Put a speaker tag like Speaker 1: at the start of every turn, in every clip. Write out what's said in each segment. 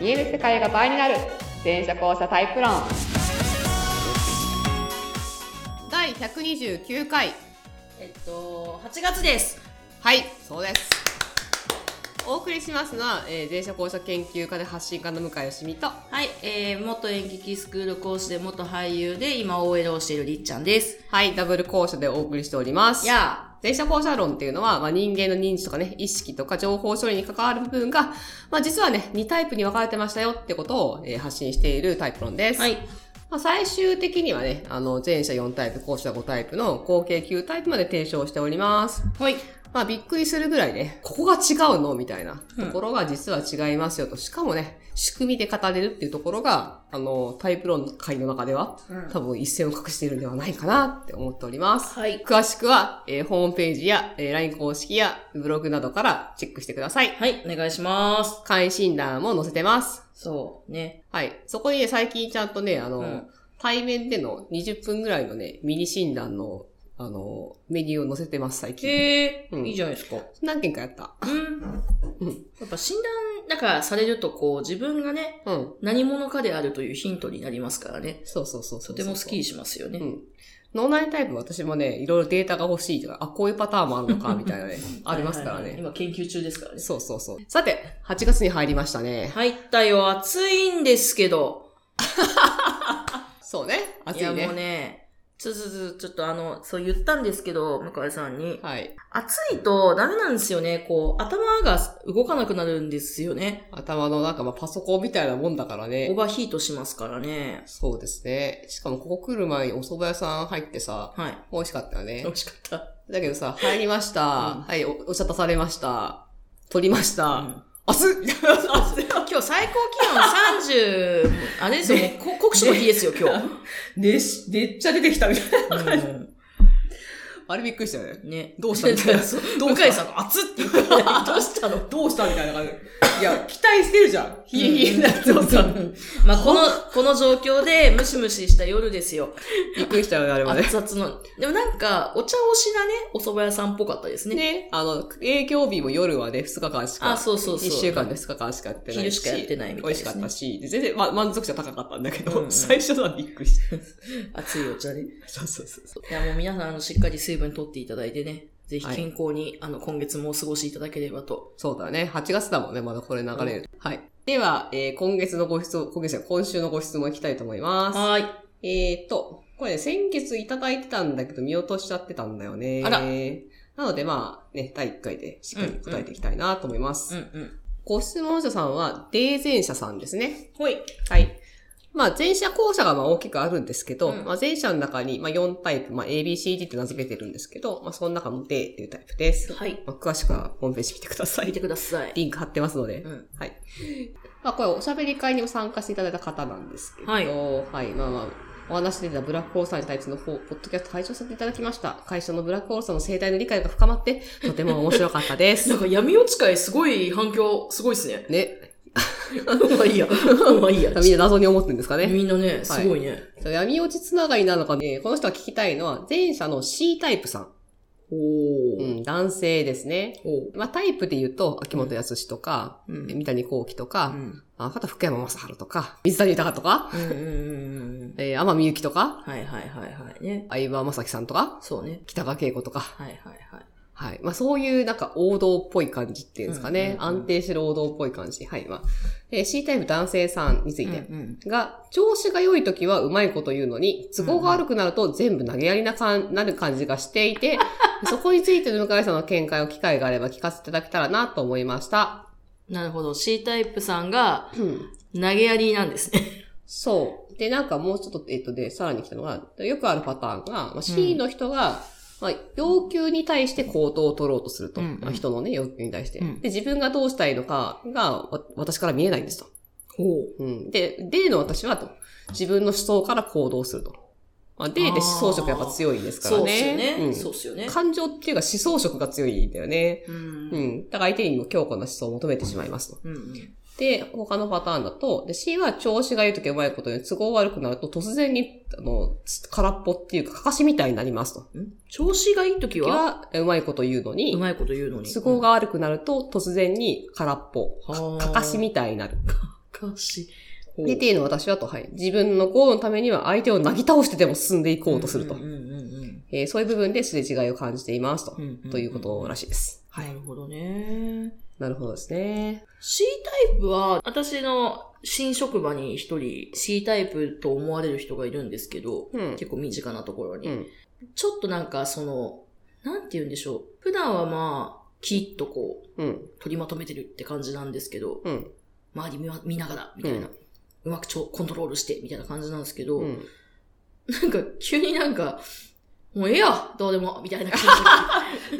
Speaker 1: 見える世界が倍になる全社交差タイプ論第129回
Speaker 2: えっと、8月です。
Speaker 1: はいそうですお送りしますのは、えー、全社交差研究家で発信家の向井よしみと
Speaker 2: はい、えー、元演劇スクール講師で元俳優で今 OL をしているりっちゃんです。
Speaker 1: はいダブル講社でお送りしております
Speaker 2: や
Speaker 1: 全社交差論っていうのは、まあ、人間の認知とかね、意識とか情報処理に関わる部分が、まあ、実はね、2タイプに分かれてましたよってことを、えー発信しているタイプ論です。
Speaker 2: はい。
Speaker 1: まあ、最終的にはね、あの、前者4タイプ、後者5タイプの合計9タイプまで提唱しております。
Speaker 2: はい。
Speaker 1: まあ、びっくりするぐらいね、ここが違うのみたいなところが実は違いますよと。しかもね、仕組みで語れるっていうところが、あの、タイプ論会の中では、多分一線を隠しているんではないかなって思っております。
Speaker 2: はい。
Speaker 1: 詳しくは、えーホームページや、えー LINE 公式やブログなどからチェックしてください。
Speaker 2: はい、お願いします。
Speaker 1: 簡易診断も載せてます。
Speaker 2: そう、ね。
Speaker 1: はい。そこにね、最近ちゃんとね、あの、
Speaker 2: うん
Speaker 1: 対面での20分ぐらいのね、ミニ診断の、あの、メニューを載せてます、最近。
Speaker 2: へー
Speaker 1: うん
Speaker 2: いいじゃないですか。
Speaker 1: 何件かやった。
Speaker 2: うん。やっぱ診断、なんかされるとこう、自分がね、
Speaker 1: うん。
Speaker 2: 何者かであるというヒントになりますからね。
Speaker 1: そうそうそうそ
Speaker 2: と
Speaker 1: う。
Speaker 2: てもスッキリしますよね。
Speaker 1: うん。脳内タイプ私もね、いろいろデータが欲しいとか、あ、こういうパターンもあるのか、み たいなね、ありますから
Speaker 2: はいはいはい
Speaker 1: ね。
Speaker 2: 今研究中ですからね。
Speaker 1: そうそうそう。さて、8月に入りましたね。
Speaker 2: 入ったよ、暑いんですけど。
Speaker 1: そうね。暑い
Speaker 2: いやもう
Speaker 1: ね。
Speaker 2: ね、ちょちょちょ、ちょっとあの、そう言ったんですけど、向井さんに。
Speaker 1: はい。
Speaker 2: 暑いとダメなんですよね。こう、頭が動かなくなるんですよね。
Speaker 1: 頭のなんか、まあ、パソコンみたいなもんだからね。
Speaker 2: オーバーヒートしますからね。そう
Speaker 1: そうですね。しかもここ来る前にお蕎麦屋さん入ってさ、
Speaker 2: はい。
Speaker 1: 美味しかったよね。
Speaker 2: 美味しかった。
Speaker 1: だけどさ、入りました。
Speaker 2: うん
Speaker 1: はい、お、お茶足されました。取りました。
Speaker 2: うん
Speaker 1: 明日み たいな
Speaker 2: 今日最高気温30、あれですよ、もうこ 酷暑の日ですよ、今日。
Speaker 1: ねし、めっちゃ出てきたみたいな。
Speaker 2: うん
Speaker 1: あれびっくりしたよね。
Speaker 2: ね。
Speaker 1: どう したみたいな
Speaker 2: そう
Speaker 1: どうした
Speaker 2: 向井さんが熱って言ってたのに どうしたの
Speaker 1: どうしたみたいな感じ。いや、期待してるじゃん。冷え冷えになってもさ。
Speaker 2: まあ、この、 この状況でムシムシした夜ですよ。
Speaker 1: びっくりしたよね、あれはね。
Speaker 2: 熱々の。でもなんか、お茶推しなね、お蕎麦屋さんっぽかったですね。
Speaker 1: ね、あの、営業日も夜はね、2日間しか。
Speaker 2: あ、そうそうそう。
Speaker 1: 1週間で2日間しかやってないし。
Speaker 2: 昼しかやってないみたい
Speaker 1: 美味
Speaker 2: です
Speaker 1: し
Speaker 2: ね
Speaker 1: かったし、で全然、ま、満足度高かったんだけど、
Speaker 2: うんうん
Speaker 1: 最初のはびっくりした。
Speaker 2: 熱いお茶で。い
Speaker 1: そうそうそうそう。
Speaker 2: や、もう皆さん、あの、しっかり水分取っていただいてね、ぜひ
Speaker 1: はい
Speaker 2: 健康に、あの、今月もお過ごしいただければと。
Speaker 1: そうだね。8月だもんね、まだこれ流れる。はい。では、えー今月のご質問、今月じゃない今週のご質問いきたいと思いま
Speaker 2: はーい。
Speaker 1: す。えーと、これね、先月いただいてたんだけど見落としちゃってたんだよね。
Speaker 2: あら
Speaker 1: なのでまあ、ね、第1回でしっかり答えていきたいなと思います。
Speaker 2: うんうん。
Speaker 1: ご質問者さんは、霊前者さんですね。
Speaker 2: ほい。
Speaker 1: はい。まあ、前者後者がまあ大きくあるんですけど、
Speaker 2: うん
Speaker 1: まあ前者の中にまあ4タイプ、まあ ABCD って名付けてるんですけど、まあその中の霊っていうタイプです。
Speaker 2: はい。
Speaker 1: まあ、詳しくはホームページ見てください
Speaker 2: 見て。ください。
Speaker 1: リンク貼ってますので
Speaker 2: う。ん。
Speaker 1: はい。まあ、これ、おしゃべり会にも参加していただいた方なんですけど、
Speaker 2: は
Speaker 1: はいい。まあまあ、お話し出てたブラックホールさんに対しての方、ポッドキャスト拝聴させていただきました。会社のブラックホールさんの生態の理解が深まって、とても面白かったで
Speaker 2: な
Speaker 1: す。
Speaker 2: ん。か闇落ち会すごい反響、すごいっすね
Speaker 1: ね。
Speaker 2: まあいいや。 まあいいや。
Speaker 1: みんな謎に思ってるんですかね。
Speaker 2: みんなね、すごいね。
Speaker 1: 闇落ちつながりなのかね、この人が聞きたいのは、前者の C タイプさん。
Speaker 2: お
Speaker 1: う
Speaker 2: ー。
Speaker 1: ん、男性ですね。
Speaker 2: おー。
Speaker 1: まあ、タイプで言うと、秋元康とか、
Speaker 2: う
Speaker 1: え
Speaker 2: ん。
Speaker 1: 三谷幸喜と
Speaker 2: う
Speaker 1: か、
Speaker 2: ん。
Speaker 1: ああと福山雅治とか、水谷豊とか、
Speaker 2: うんうんうんうん。
Speaker 1: えー、天海祐希とか、
Speaker 2: はいはいはいはい。ね。
Speaker 1: 相葉雅紀さんとか、
Speaker 2: そうね。
Speaker 1: 北川景子とか、
Speaker 2: はいはいはい。
Speaker 1: はい。まあそういうなんか王道っぽい感じっていうんですかね。
Speaker 2: うんうんうん
Speaker 1: 安定してる王道っぽい感じ。はい。まあ、えー C タイプ男性さんについて。
Speaker 2: うんうん
Speaker 1: が、調子が良い時はうまいこと言うのに、都合が悪くなると全部投げやりなかん、なる感じがしてい て、そこについての向井さんの見解を機会があれば聞かせていただけたらなと思いました。
Speaker 2: なるほど。C タイプさんが
Speaker 1: うん
Speaker 2: 投げやりなんですね。
Speaker 1: そう。で、なんかもうちょっと、えっとで、さらに来たのが、よくあるパターンが、まあ、
Speaker 2: う
Speaker 1: C
Speaker 2: ん
Speaker 1: の人が、まあ、要求に対して行動を取ろうとすると。
Speaker 2: うんうん
Speaker 1: まあ、人のね、要求に対して、
Speaker 2: うん
Speaker 1: で、自分がどうしたいのかが、わ私から見えないんですと。
Speaker 2: ほう。
Speaker 1: うん。で、D の私はと、自分の思想から行動すると。まあ、D で思想色やっぱ強いですからね。
Speaker 2: そうっすよね。
Speaker 1: うん、
Speaker 2: そうっすよね。
Speaker 1: 感情っていうか思想色が強いんだよね。
Speaker 2: う。
Speaker 1: うんん。だから相手にも強固な思想を求めてしまいますと。
Speaker 2: うん。
Speaker 1: で、他のパターンだと、で C は調子が良いときはうまいことに都合悪くなると突然に、あの、空っぽっていうか、かかしみたいになりますと。
Speaker 2: 調子がいいとき
Speaker 1: 時
Speaker 2: は、
Speaker 1: は、うまいこと言うの
Speaker 2: う
Speaker 1: に、
Speaker 2: まいこと言うのに。
Speaker 1: 都合が悪くなると突然に空っぽ、
Speaker 2: うん、
Speaker 1: かかし
Speaker 2: み。
Speaker 1: みたいになる。
Speaker 2: 教師。
Speaker 1: で、っていうのは私はと、はい。自分の功のためには相手をなぎ倒してでも進んでいこうとすると。
Speaker 2: うんうんうん
Speaker 1: えーそういう部分ですれ違いを感じていますと
Speaker 2: う。ん。
Speaker 1: ということらしいです。
Speaker 2: はい。なるほどね。
Speaker 1: なるほどですね。
Speaker 2: C タイプは、私の新職場に一人 C タイプと思われる人がいるんですけど、
Speaker 1: うん。
Speaker 2: 結構身近なところに。
Speaker 1: うん。
Speaker 2: ちょっとなんかその、なんて言うんでしょう。普段はまあ、キッとこう、
Speaker 1: うん。
Speaker 2: 取りまとめてるって感じなんですけど、
Speaker 1: うん。
Speaker 2: 周り見わ見ながら、みたいな。う
Speaker 1: う
Speaker 2: まくちょコントロールして、みたいな感じなんですけど、
Speaker 1: うん。
Speaker 2: なんか急になんか、もうええやどうでもみたいな感じ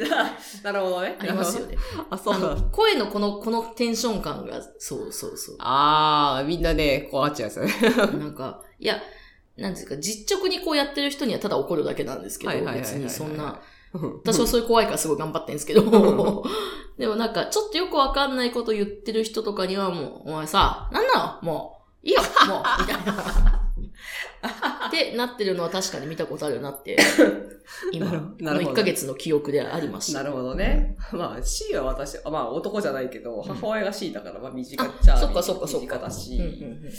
Speaker 1: なるほどね。
Speaker 2: ありますよね。
Speaker 1: あ、 そ
Speaker 2: あ
Speaker 1: うだ。
Speaker 2: の、声のこの、このテンション感が、そうそうそう。
Speaker 1: あー、みんなね、こうあっちゃうやつね。
Speaker 2: なんか、いや、なんていうか、実直にこうやってる人にはただ怒るだけなんですけ
Speaker 1: はい
Speaker 2: ど、
Speaker 1: はいはいはい
Speaker 2: 別
Speaker 1: はい
Speaker 2: にそんな、
Speaker 1: うん
Speaker 2: 私はそういう怖いからすごい頑張ってるんですけど、 でもなんか、ちょっとよくわかんないこと言ってる人とかにはもう、お前さ、なんなのもう、いいよもうみたいな。ってなってるのは確かに見たことあるな って、今、
Speaker 1: なる
Speaker 2: こ
Speaker 1: ほど
Speaker 2: の1ヶ月の記憶でありました。
Speaker 1: なるほどね。まあ C は私、あまあ男じゃないけど、
Speaker 2: ん
Speaker 1: 母親が C だから、まあ身近っ
Speaker 2: あ
Speaker 1: ちゃ
Speaker 2: そっかそっかそっ
Speaker 1: 身
Speaker 2: か
Speaker 1: 近だし、
Speaker 2: うんうんうん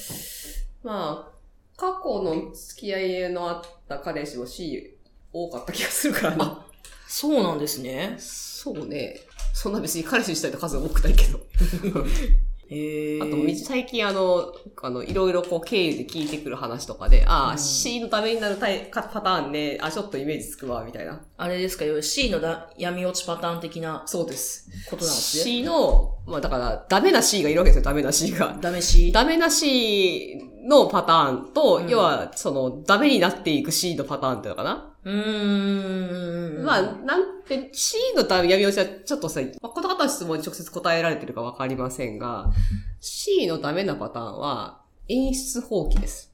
Speaker 1: まあ、過去の付き合いのあった彼氏も C 多かった気がするからな。
Speaker 2: そうなんですね。
Speaker 1: そうね。そんな別に彼氏にしたいと数多くないけど。
Speaker 2: へえ。
Speaker 1: あと、み最近あの、あの、いろいろこう経由で聞いてくる話とかで、ああ、
Speaker 2: うん
Speaker 1: C のためになるタイかパターンね、あ、ちょっとイメージつくわ、みたいな。
Speaker 2: あれですか、要は C のだ闇落ちパターン的な
Speaker 1: そうです。
Speaker 2: ことなんですね。
Speaker 1: C の、まあだから、ダメな C がいるわけですよ、ダメな C が。
Speaker 2: ダメ C。
Speaker 1: ダメな C のパターンと、
Speaker 2: うん
Speaker 1: 要は、その、ダメになっていく C のパターンっていうのかな、
Speaker 2: うーん。
Speaker 1: まあ、なんて、C のダメ、闇落ちはちょっとさ、まあこの方の質問に直接答えられてるかわかりませんが、C のダメなパターンは、演出放棄です。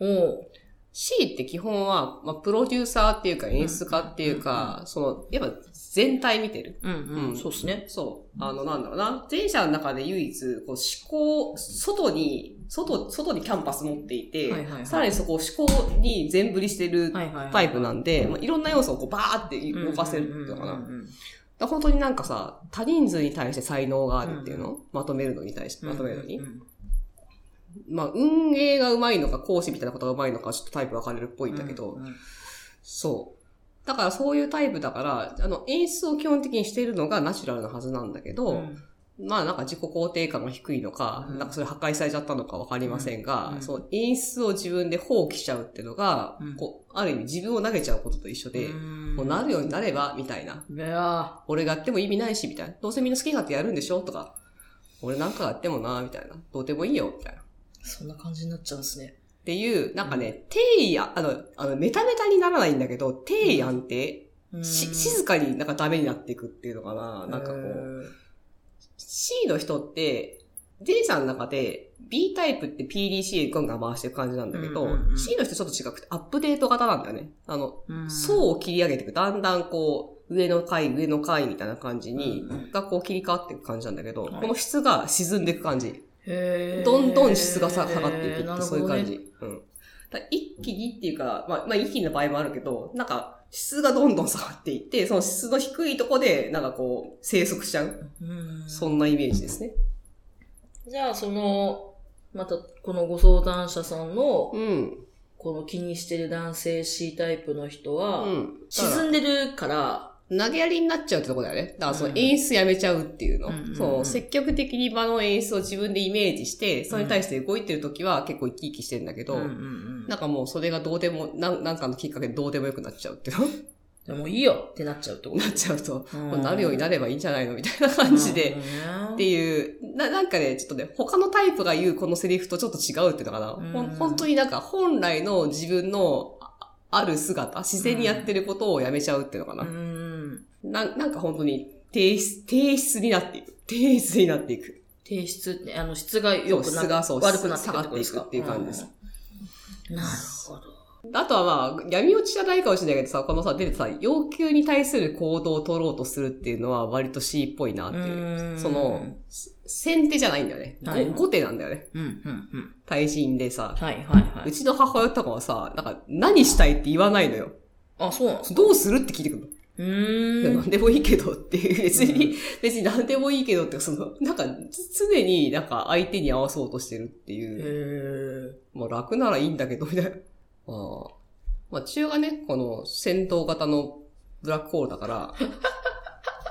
Speaker 2: おう
Speaker 1: C って基本は、まあ、プロデューサーっていうか演出家っていうか、その、やっぱ全体見てる。
Speaker 2: うんう。
Speaker 1: うんん
Speaker 2: そうですね。
Speaker 1: そう。あの、なんだろうな。前者の中で唯一、こう思考、外に、外、外にキャンパス持っていて、
Speaker 2: はいはいはい
Speaker 1: さらにそこを思考に全振りしてる
Speaker 2: はいはいはい。
Speaker 1: タイプなんで、いまあ、いろんな要素をこうバーって動かせるっていうのかな。
Speaker 2: うん
Speaker 1: だか
Speaker 2: うんうんうん
Speaker 1: ら本当になんかさ、他人数に対して才能があるっていうの、まとめるのに対して、まとめるのに。
Speaker 2: うんうん
Speaker 1: まあ、運営が上手いのか、講師みたいなことが上手いのか、ちょっとタイプ分かれるっぽいんだけど、
Speaker 2: うんうん
Speaker 1: そう。だからそういうタイプだから、あの、演出を基本的にしているのがナチュラルなはずなんだけど、まあなんか自己肯定感が低いのか、
Speaker 2: うん
Speaker 1: なんかそれ破壊されちゃったのかわかりませんが、
Speaker 2: うんうん
Speaker 1: その演出を自分で放棄しちゃうっていうのが、
Speaker 2: うん
Speaker 1: こう、ある意味自分を投げちゃうことと一緒で、
Speaker 2: うん
Speaker 1: こうなるようになれば、みたいな。
Speaker 2: いや
Speaker 1: 俺がやっても意味ないし、みたいな。どうせみんな好き勝手やるんでしょとか。俺なんかやってもな、みたいな。どうでもいいよ、みたいな。
Speaker 2: ーそんな感じになっちゃうんですね。
Speaker 1: っていう、なんかね、定位あ、あの、あの、メタメタにならないんだけど、定位安定、
Speaker 2: うん
Speaker 1: し、静かになんかダメになっていくっていうのかな。なんかこ
Speaker 2: へ
Speaker 1: う、
Speaker 2: ー
Speaker 1: C の人って、J さんの中で B タイプって PDC ガンガン回していく感じなんだけど、
Speaker 2: うんうんうん
Speaker 1: C の人ちょっと違くてアップデート型なんだよね。あの、
Speaker 2: うん
Speaker 1: 層を切り上げていく。だんだんこう、上の階、上の階みたいな感じに
Speaker 2: うんうん、
Speaker 1: がこう切り替わっていく感じなんだけど、
Speaker 2: はい
Speaker 1: この質が沈んでいく感じ。
Speaker 2: へー
Speaker 1: どんどん質がさ下がっていく
Speaker 2: な
Speaker 1: って、
Speaker 2: るほ
Speaker 1: そうい
Speaker 2: ど
Speaker 1: う
Speaker 2: ね
Speaker 1: 感じ。うん。だから一気にっていうか、まあ、まあ、一気にの場合もあるけど、なんか、質がどんどん下がっていって、その質の低いとこで、なんかこう、生息しちゃう。
Speaker 2: うん
Speaker 1: そんなイメージですね。
Speaker 2: じゃあ、その、また、このご相談者さんの、
Speaker 1: うん。
Speaker 2: この気にしてる男性 C タイプの人は、
Speaker 1: うん。
Speaker 2: 沈んでるから、
Speaker 1: 投げやりになっちゃうってとこだよね。だからその
Speaker 2: うん
Speaker 1: 演出やめちゃうっていうの。
Speaker 2: うんうんうん
Speaker 1: そう、積極的に場の演出を自分でイメージして、それに対して動いてる時は結構生き生きしてんだけど、
Speaker 2: うんうんうん
Speaker 1: なんかもうそれがどうでも、なんなんかのきっかけでどうでもよくなっちゃうっていうの
Speaker 2: でもいいよ ってなっちゃうってこと
Speaker 1: なっちゃうと、
Speaker 2: うん
Speaker 1: もうなるようになればいいんじゃないのみたいな感じで。
Speaker 2: うん
Speaker 1: っていう、な、なんかね、ちょっとね、他のタイプが言うこのセリフとちょっと違うっていうのかな。ほ
Speaker 2: うん
Speaker 1: ん本当になんか本来の自分のあある姿、自然にやってることをやめちゃうっていうのかな。
Speaker 2: うん
Speaker 1: ななんか本当に提出、提出になっていく。提出になっていく。
Speaker 2: 提出って、あの、質が良
Speaker 1: そ
Speaker 2: くな
Speaker 1: う質がそう
Speaker 2: 悪くなって
Speaker 1: 下がっていくっていう感じです
Speaker 2: うんなるほど。
Speaker 1: あとはまあ、闇落ちじゃないかもしれないけどさ、このさ、出てた要求に対する行動を取ろうとするっていうのは割と C っぽいなっていう。
Speaker 2: うん
Speaker 1: その、、せ先手じゃないんだよね。
Speaker 2: はい
Speaker 1: 後手なんだよね。
Speaker 2: うん、うん、うん。
Speaker 1: 対人でさ。
Speaker 2: はい、はい、は
Speaker 1: う
Speaker 2: い。
Speaker 1: ちの母親とかはさ、なんか、何したいって言わないのよ。
Speaker 2: あ、そうなんです
Speaker 1: どうするって聞いてくるの。
Speaker 2: う
Speaker 1: いや、
Speaker 2: ーん。
Speaker 1: 何でもいいけどっていう、別に、別に何でもいいけどって、その、なんか、常になんか相手に合わそうとしてるって
Speaker 2: へ
Speaker 1: いう、
Speaker 2: ー
Speaker 1: まあ楽ならいいんだけど、みたい な。まあ、まあ中がね、この戦闘型のブラックホールだから、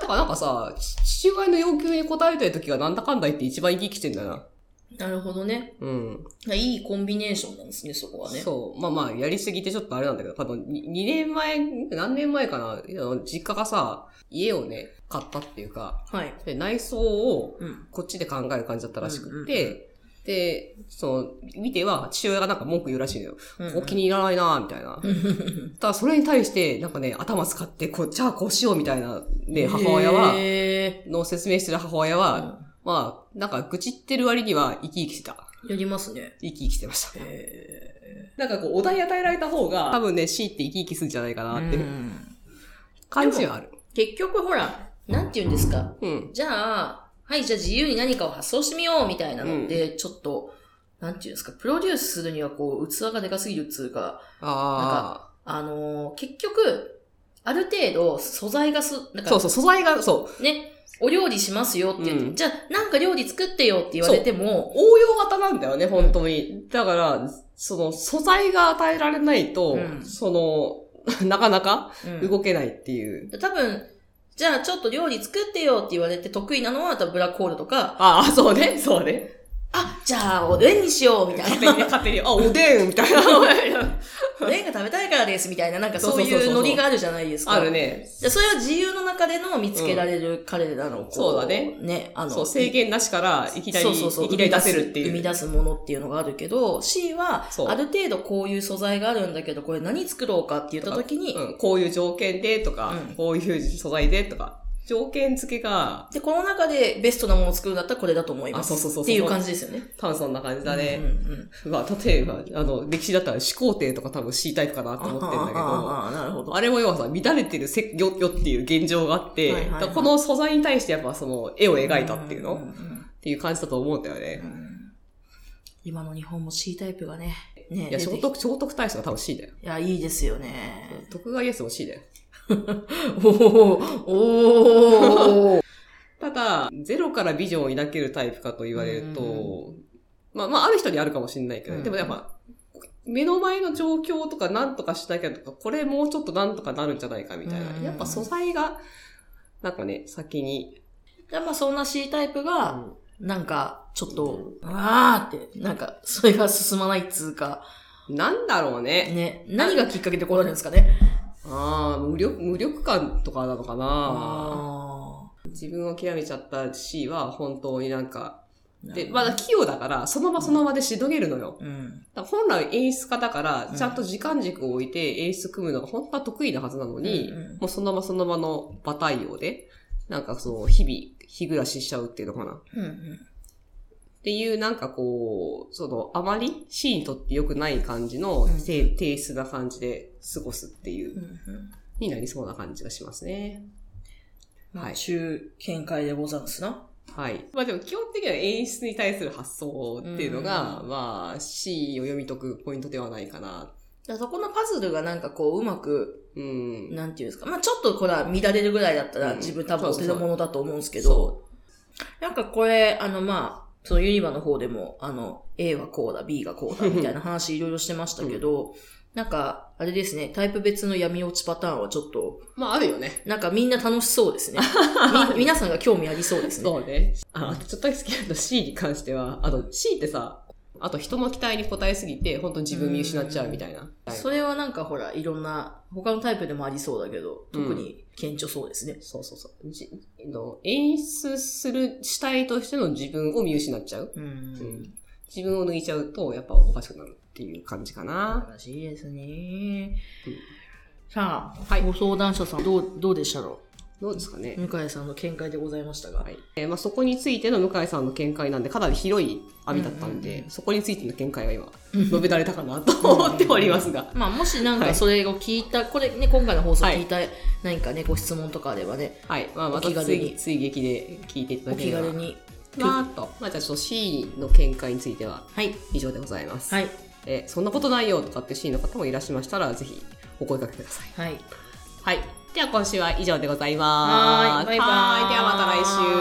Speaker 1: だから なんかさ、父親の要求に応えたい時がなんだかんだ言って一番生き生きしてんだよな。
Speaker 2: なるほどね。
Speaker 1: うん。
Speaker 2: いいコンビネーションなんですね、そこはね。
Speaker 1: そう。まあまあ、やりすぎてちょっとあれなんだけど、多分に2年前、何年前かな、あの実家がさ、家をね、買ったっていうか、
Speaker 2: はい。
Speaker 1: で内装を
Speaker 2: うん。
Speaker 1: こっちで考える感じだったらしくって、
Speaker 2: うんう
Speaker 1: で、その、見ては父親がなんか文句言うらしいのよ。お気に入らないなぁみたいな。
Speaker 2: うん
Speaker 1: ただ、それに対して、なんかね、頭使って、こう、じゃあこうしようみたいな、ね、母親は、
Speaker 2: へ
Speaker 1: の説明してる母親
Speaker 2: ー
Speaker 1: は、まあ、なんか愚痴ってる割には生き生きしてた。
Speaker 2: やりますね。
Speaker 1: 生き生きしてました。
Speaker 2: へ
Speaker 1: なんかこう、お題与えられた方が、多分ね、強いて生き生きするんじゃないか
Speaker 2: ー
Speaker 1: なっていううん感じはある。
Speaker 2: 結局ほら、なんて言うんですか。
Speaker 1: うん。
Speaker 2: じゃあ、はい、じゃあ自由に何かを発想してみようみたいなのって、ちょっと、なんていうんですか、プロデュースするにはこう、器がでかすぎるっつうか、
Speaker 1: あ
Speaker 2: あのー結局、ある程度素材がす、なん
Speaker 1: あ。そ
Speaker 2: か
Speaker 1: うそう、素材が、そう、
Speaker 2: ね、お料理しますよって言って、
Speaker 1: うん
Speaker 2: じゃあなんか料理作ってよって言われても、
Speaker 1: 応用型なんだよね、本当に。だから、その、素材が与えられないと、
Speaker 2: うん
Speaker 1: その、 なかなか
Speaker 2: うん
Speaker 1: 動けないっていう。
Speaker 2: 多分、じゃあちょっと料理作ってよって言われて得意なのは、多分ブラックホールとか、
Speaker 1: ああ、そうね、そうね。
Speaker 2: あ、じゃあおでんにしようみたい
Speaker 1: 勝手
Speaker 2: な。
Speaker 1: にね、勝手に、あ、 おでんみたいな。
Speaker 2: おでんが食べたいからですみたいな、なんか
Speaker 1: そう
Speaker 2: そ
Speaker 1: そううそうそう
Speaker 2: いうノリがあるじゃないですか。
Speaker 1: あるね。
Speaker 2: で。それは自由の中での見つけられる彼らの、こ
Speaker 1: そうだね。
Speaker 2: ね、あの、
Speaker 1: そう、制限なしから、いきなり、
Speaker 2: そうそうそう
Speaker 1: いきなり出せるっていう。
Speaker 2: 生み出す生み出すものっていうのがあるけど、C は、
Speaker 1: そう
Speaker 2: ある程度こういう素材があるんだけど、これ何作ろうかって言った時に、
Speaker 1: うん、こういう条件でとか、
Speaker 2: うん
Speaker 1: こういう素材でとか、条件付けが、
Speaker 2: で、この中でベストなものを作るんだったらこれだと思います。
Speaker 1: あそうそうそうそう
Speaker 2: っていう感じですよね。
Speaker 1: 多分そんな感じだ
Speaker 2: う
Speaker 1: ね
Speaker 2: ん。うん。
Speaker 1: まあ、例えば、あの、歴史だったら始皇帝とか多分 C タイプかなと思ってるんだけど、
Speaker 2: ああああ、なるほど。
Speaker 1: あれも要はさ、乱れてるせよよっていう現状があって、
Speaker 2: はいはいは
Speaker 1: だ
Speaker 2: い
Speaker 1: からこの素材に対してやっぱその絵を描いたっていうの、
Speaker 2: んん
Speaker 1: っ
Speaker 2: ん
Speaker 1: ていう感じだと思うんだよね。
Speaker 2: うん今の日本も C タイプがね、ね
Speaker 1: いや、
Speaker 2: 出
Speaker 1: 聖
Speaker 2: てき
Speaker 1: 徳、聖徳太子が多分 C だよ。
Speaker 2: いや、いいですよね。
Speaker 1: 徳川家康も C だよ。
Speaker 2: おおおお
Speaker 1: ただ、ゼロからビジョンを抱けるタイプかと言われると、
Speaker 2: うん
Speaker 1: まあまあ、ある人にあるかもしれないけど、
Speaker 2: うん
Speaker 1: でもやっぱ、目の前の状況とかなんとかしなきゃとか、これもうちょっとなんとかなるんじゃないかみたいな。
Speaker 2: うん
Speaker 1: やっぱ素材が、なんかね、先に。
Speaker 2: でまあそんな C タイプが、
Speaker 1: うん
Speaker 2: なんか、ちょっと、あーって、なんか、それが進まないっつうか、
Speaker 1: なんだろうね。
Speaker 2: ね、何がきっかけでこうなるんですかね。
Speaker 1: ああ、無力、無力感とかなのかな。
Speaker 2: あ
Speaker 1: 自分を極めちゃった C は本当になんか、
Speaker 2: ー
Speaker 1: で、まだ、器用だから、その場その場でしのげるのよ。
Speaker 2: うん。
Speaker 1: だから本来演出家だから
Speaker 2: う、ん
Speaker 1: ちゃんと時間軸を置いて演出組むのが本当は得意なはずなのに、
Speaker 2: うんうん
Speaker 1: もうそのままその場の場対応で、なんかその日々、日暮らししちゃうっていうのかな。っ
Speaker 2: うんうん。
Speaker 1: ていうなんかこう、そのあまりシーンにとって良くない感じの
Speaker 2: うん
Speaker 1: 低低質な感じで過ごすっていう
Speaker 2: う、んうん
Speaker 1: になりそうな感じがしますね。
Speaker 2: まあ
Speaker 1: はい
Speaker 2: 中見解でござんすな。
Speaker 1: はい。まあでも基本的には演出に対する発想っていうのが、
Speaker 2: うん
Speaker 1: まあ C を読み解くポイントではないかな。
Speaker 2: だからそこのパズルがなんかこう、うまく
Speaker 1: うん。
Speaker 2: なんていうんですか。まあちょっとこれは乱れるぐらいだった
Speaker 1: う
Speaker 2: ら
Speaker 1: ん
Speaker 2: 自分多分
Speaker 1: そう
Speaker 2: お
Speaker 1: そう
Speaker 2: 手
Speaker 1: そう
Speaker 2: の物だと思うんですけ
Speaker 1: そ
Speaker 2: ど、なんかこれ、あのまあ、そのユニバの方でも、あの、A はこうだ、B がこうだ、みたいな話いろいろしてましたけど、なんか、あれですね、タイプ別の闇落ちパターンはちょっと、
Speaker 1: まああるよね。
Speaker 2: なんかみんな楽しそう ですね。み皆さんが興味ありそうですね。
Speaker 1: そうね。あ、あとちょっとだけ好きなの C に関しては、あと C ってさ、あと人の期待に応えすぎて、本当に自分見失っちゃうみたいな。はい
Speaker 2: それはなんかほら、いろんな、他のタイプでもありそうだけど、特に顕著そうですね。
Speaker 1: そうそうそう。じあの演出する主体としての自分を見失っちゃう。
Speaker 2: うん。
Speaker 1: うん自分を抜いちゃうと、やっぱおかしくなるっていう感じかな。
Speaker 2: らしいですね
Speaker 1: うん。
Speaker 2: さあ、
Speaker 1: はい
Speaker 2: ご相談者さん、どう、どうでしたろ
Speaker 1: どうですかね
Speaker 2: う。向井さんの見解でございましたが。
Speaker 1: はいえーまあ、そこについての向井さんの見解なんでかなり広い網だったんで、
Speaker 2: うんうんう
Speaker 1: そこについての見解が今述べられたかなと思っておりますが、
Speaker 2: まあ、もしなん
Speaker 1: は
Speaker 2: か
Speaker 1: い
Speaker 2: それを聞いた、これね、今回の放送聞いた、何かね、ご質問とかあればね、
Speaker 1: はいまあ、また
Speaker 2: お気軽に
Speaker 1: 追追撃で聞いていた
Speaker 2: お
Speaker 1: だけ
Speaker 2: 気
Speaker 1: れば
Speaker 2: 軽に。
Speaker 1: なーっと、まあ、じゃあちょっと C の見解については
Speaker 2: はい。
Speaker 1: 以上でございます、
Speaker 2: はい。
Speaker 1: えーそんなことないよとかって C の方もいらっしゃいましたらぜひお声掛けください
Speaker 2: はい。
Speaker 1: はいでは今週は以上でござい
Speaker 2: は
Speaker 1: ま
Speaker 2: ーい
Speaker 1: す。
Speaker 2: バイバーイ
Speaker 1: はーいではまた来週。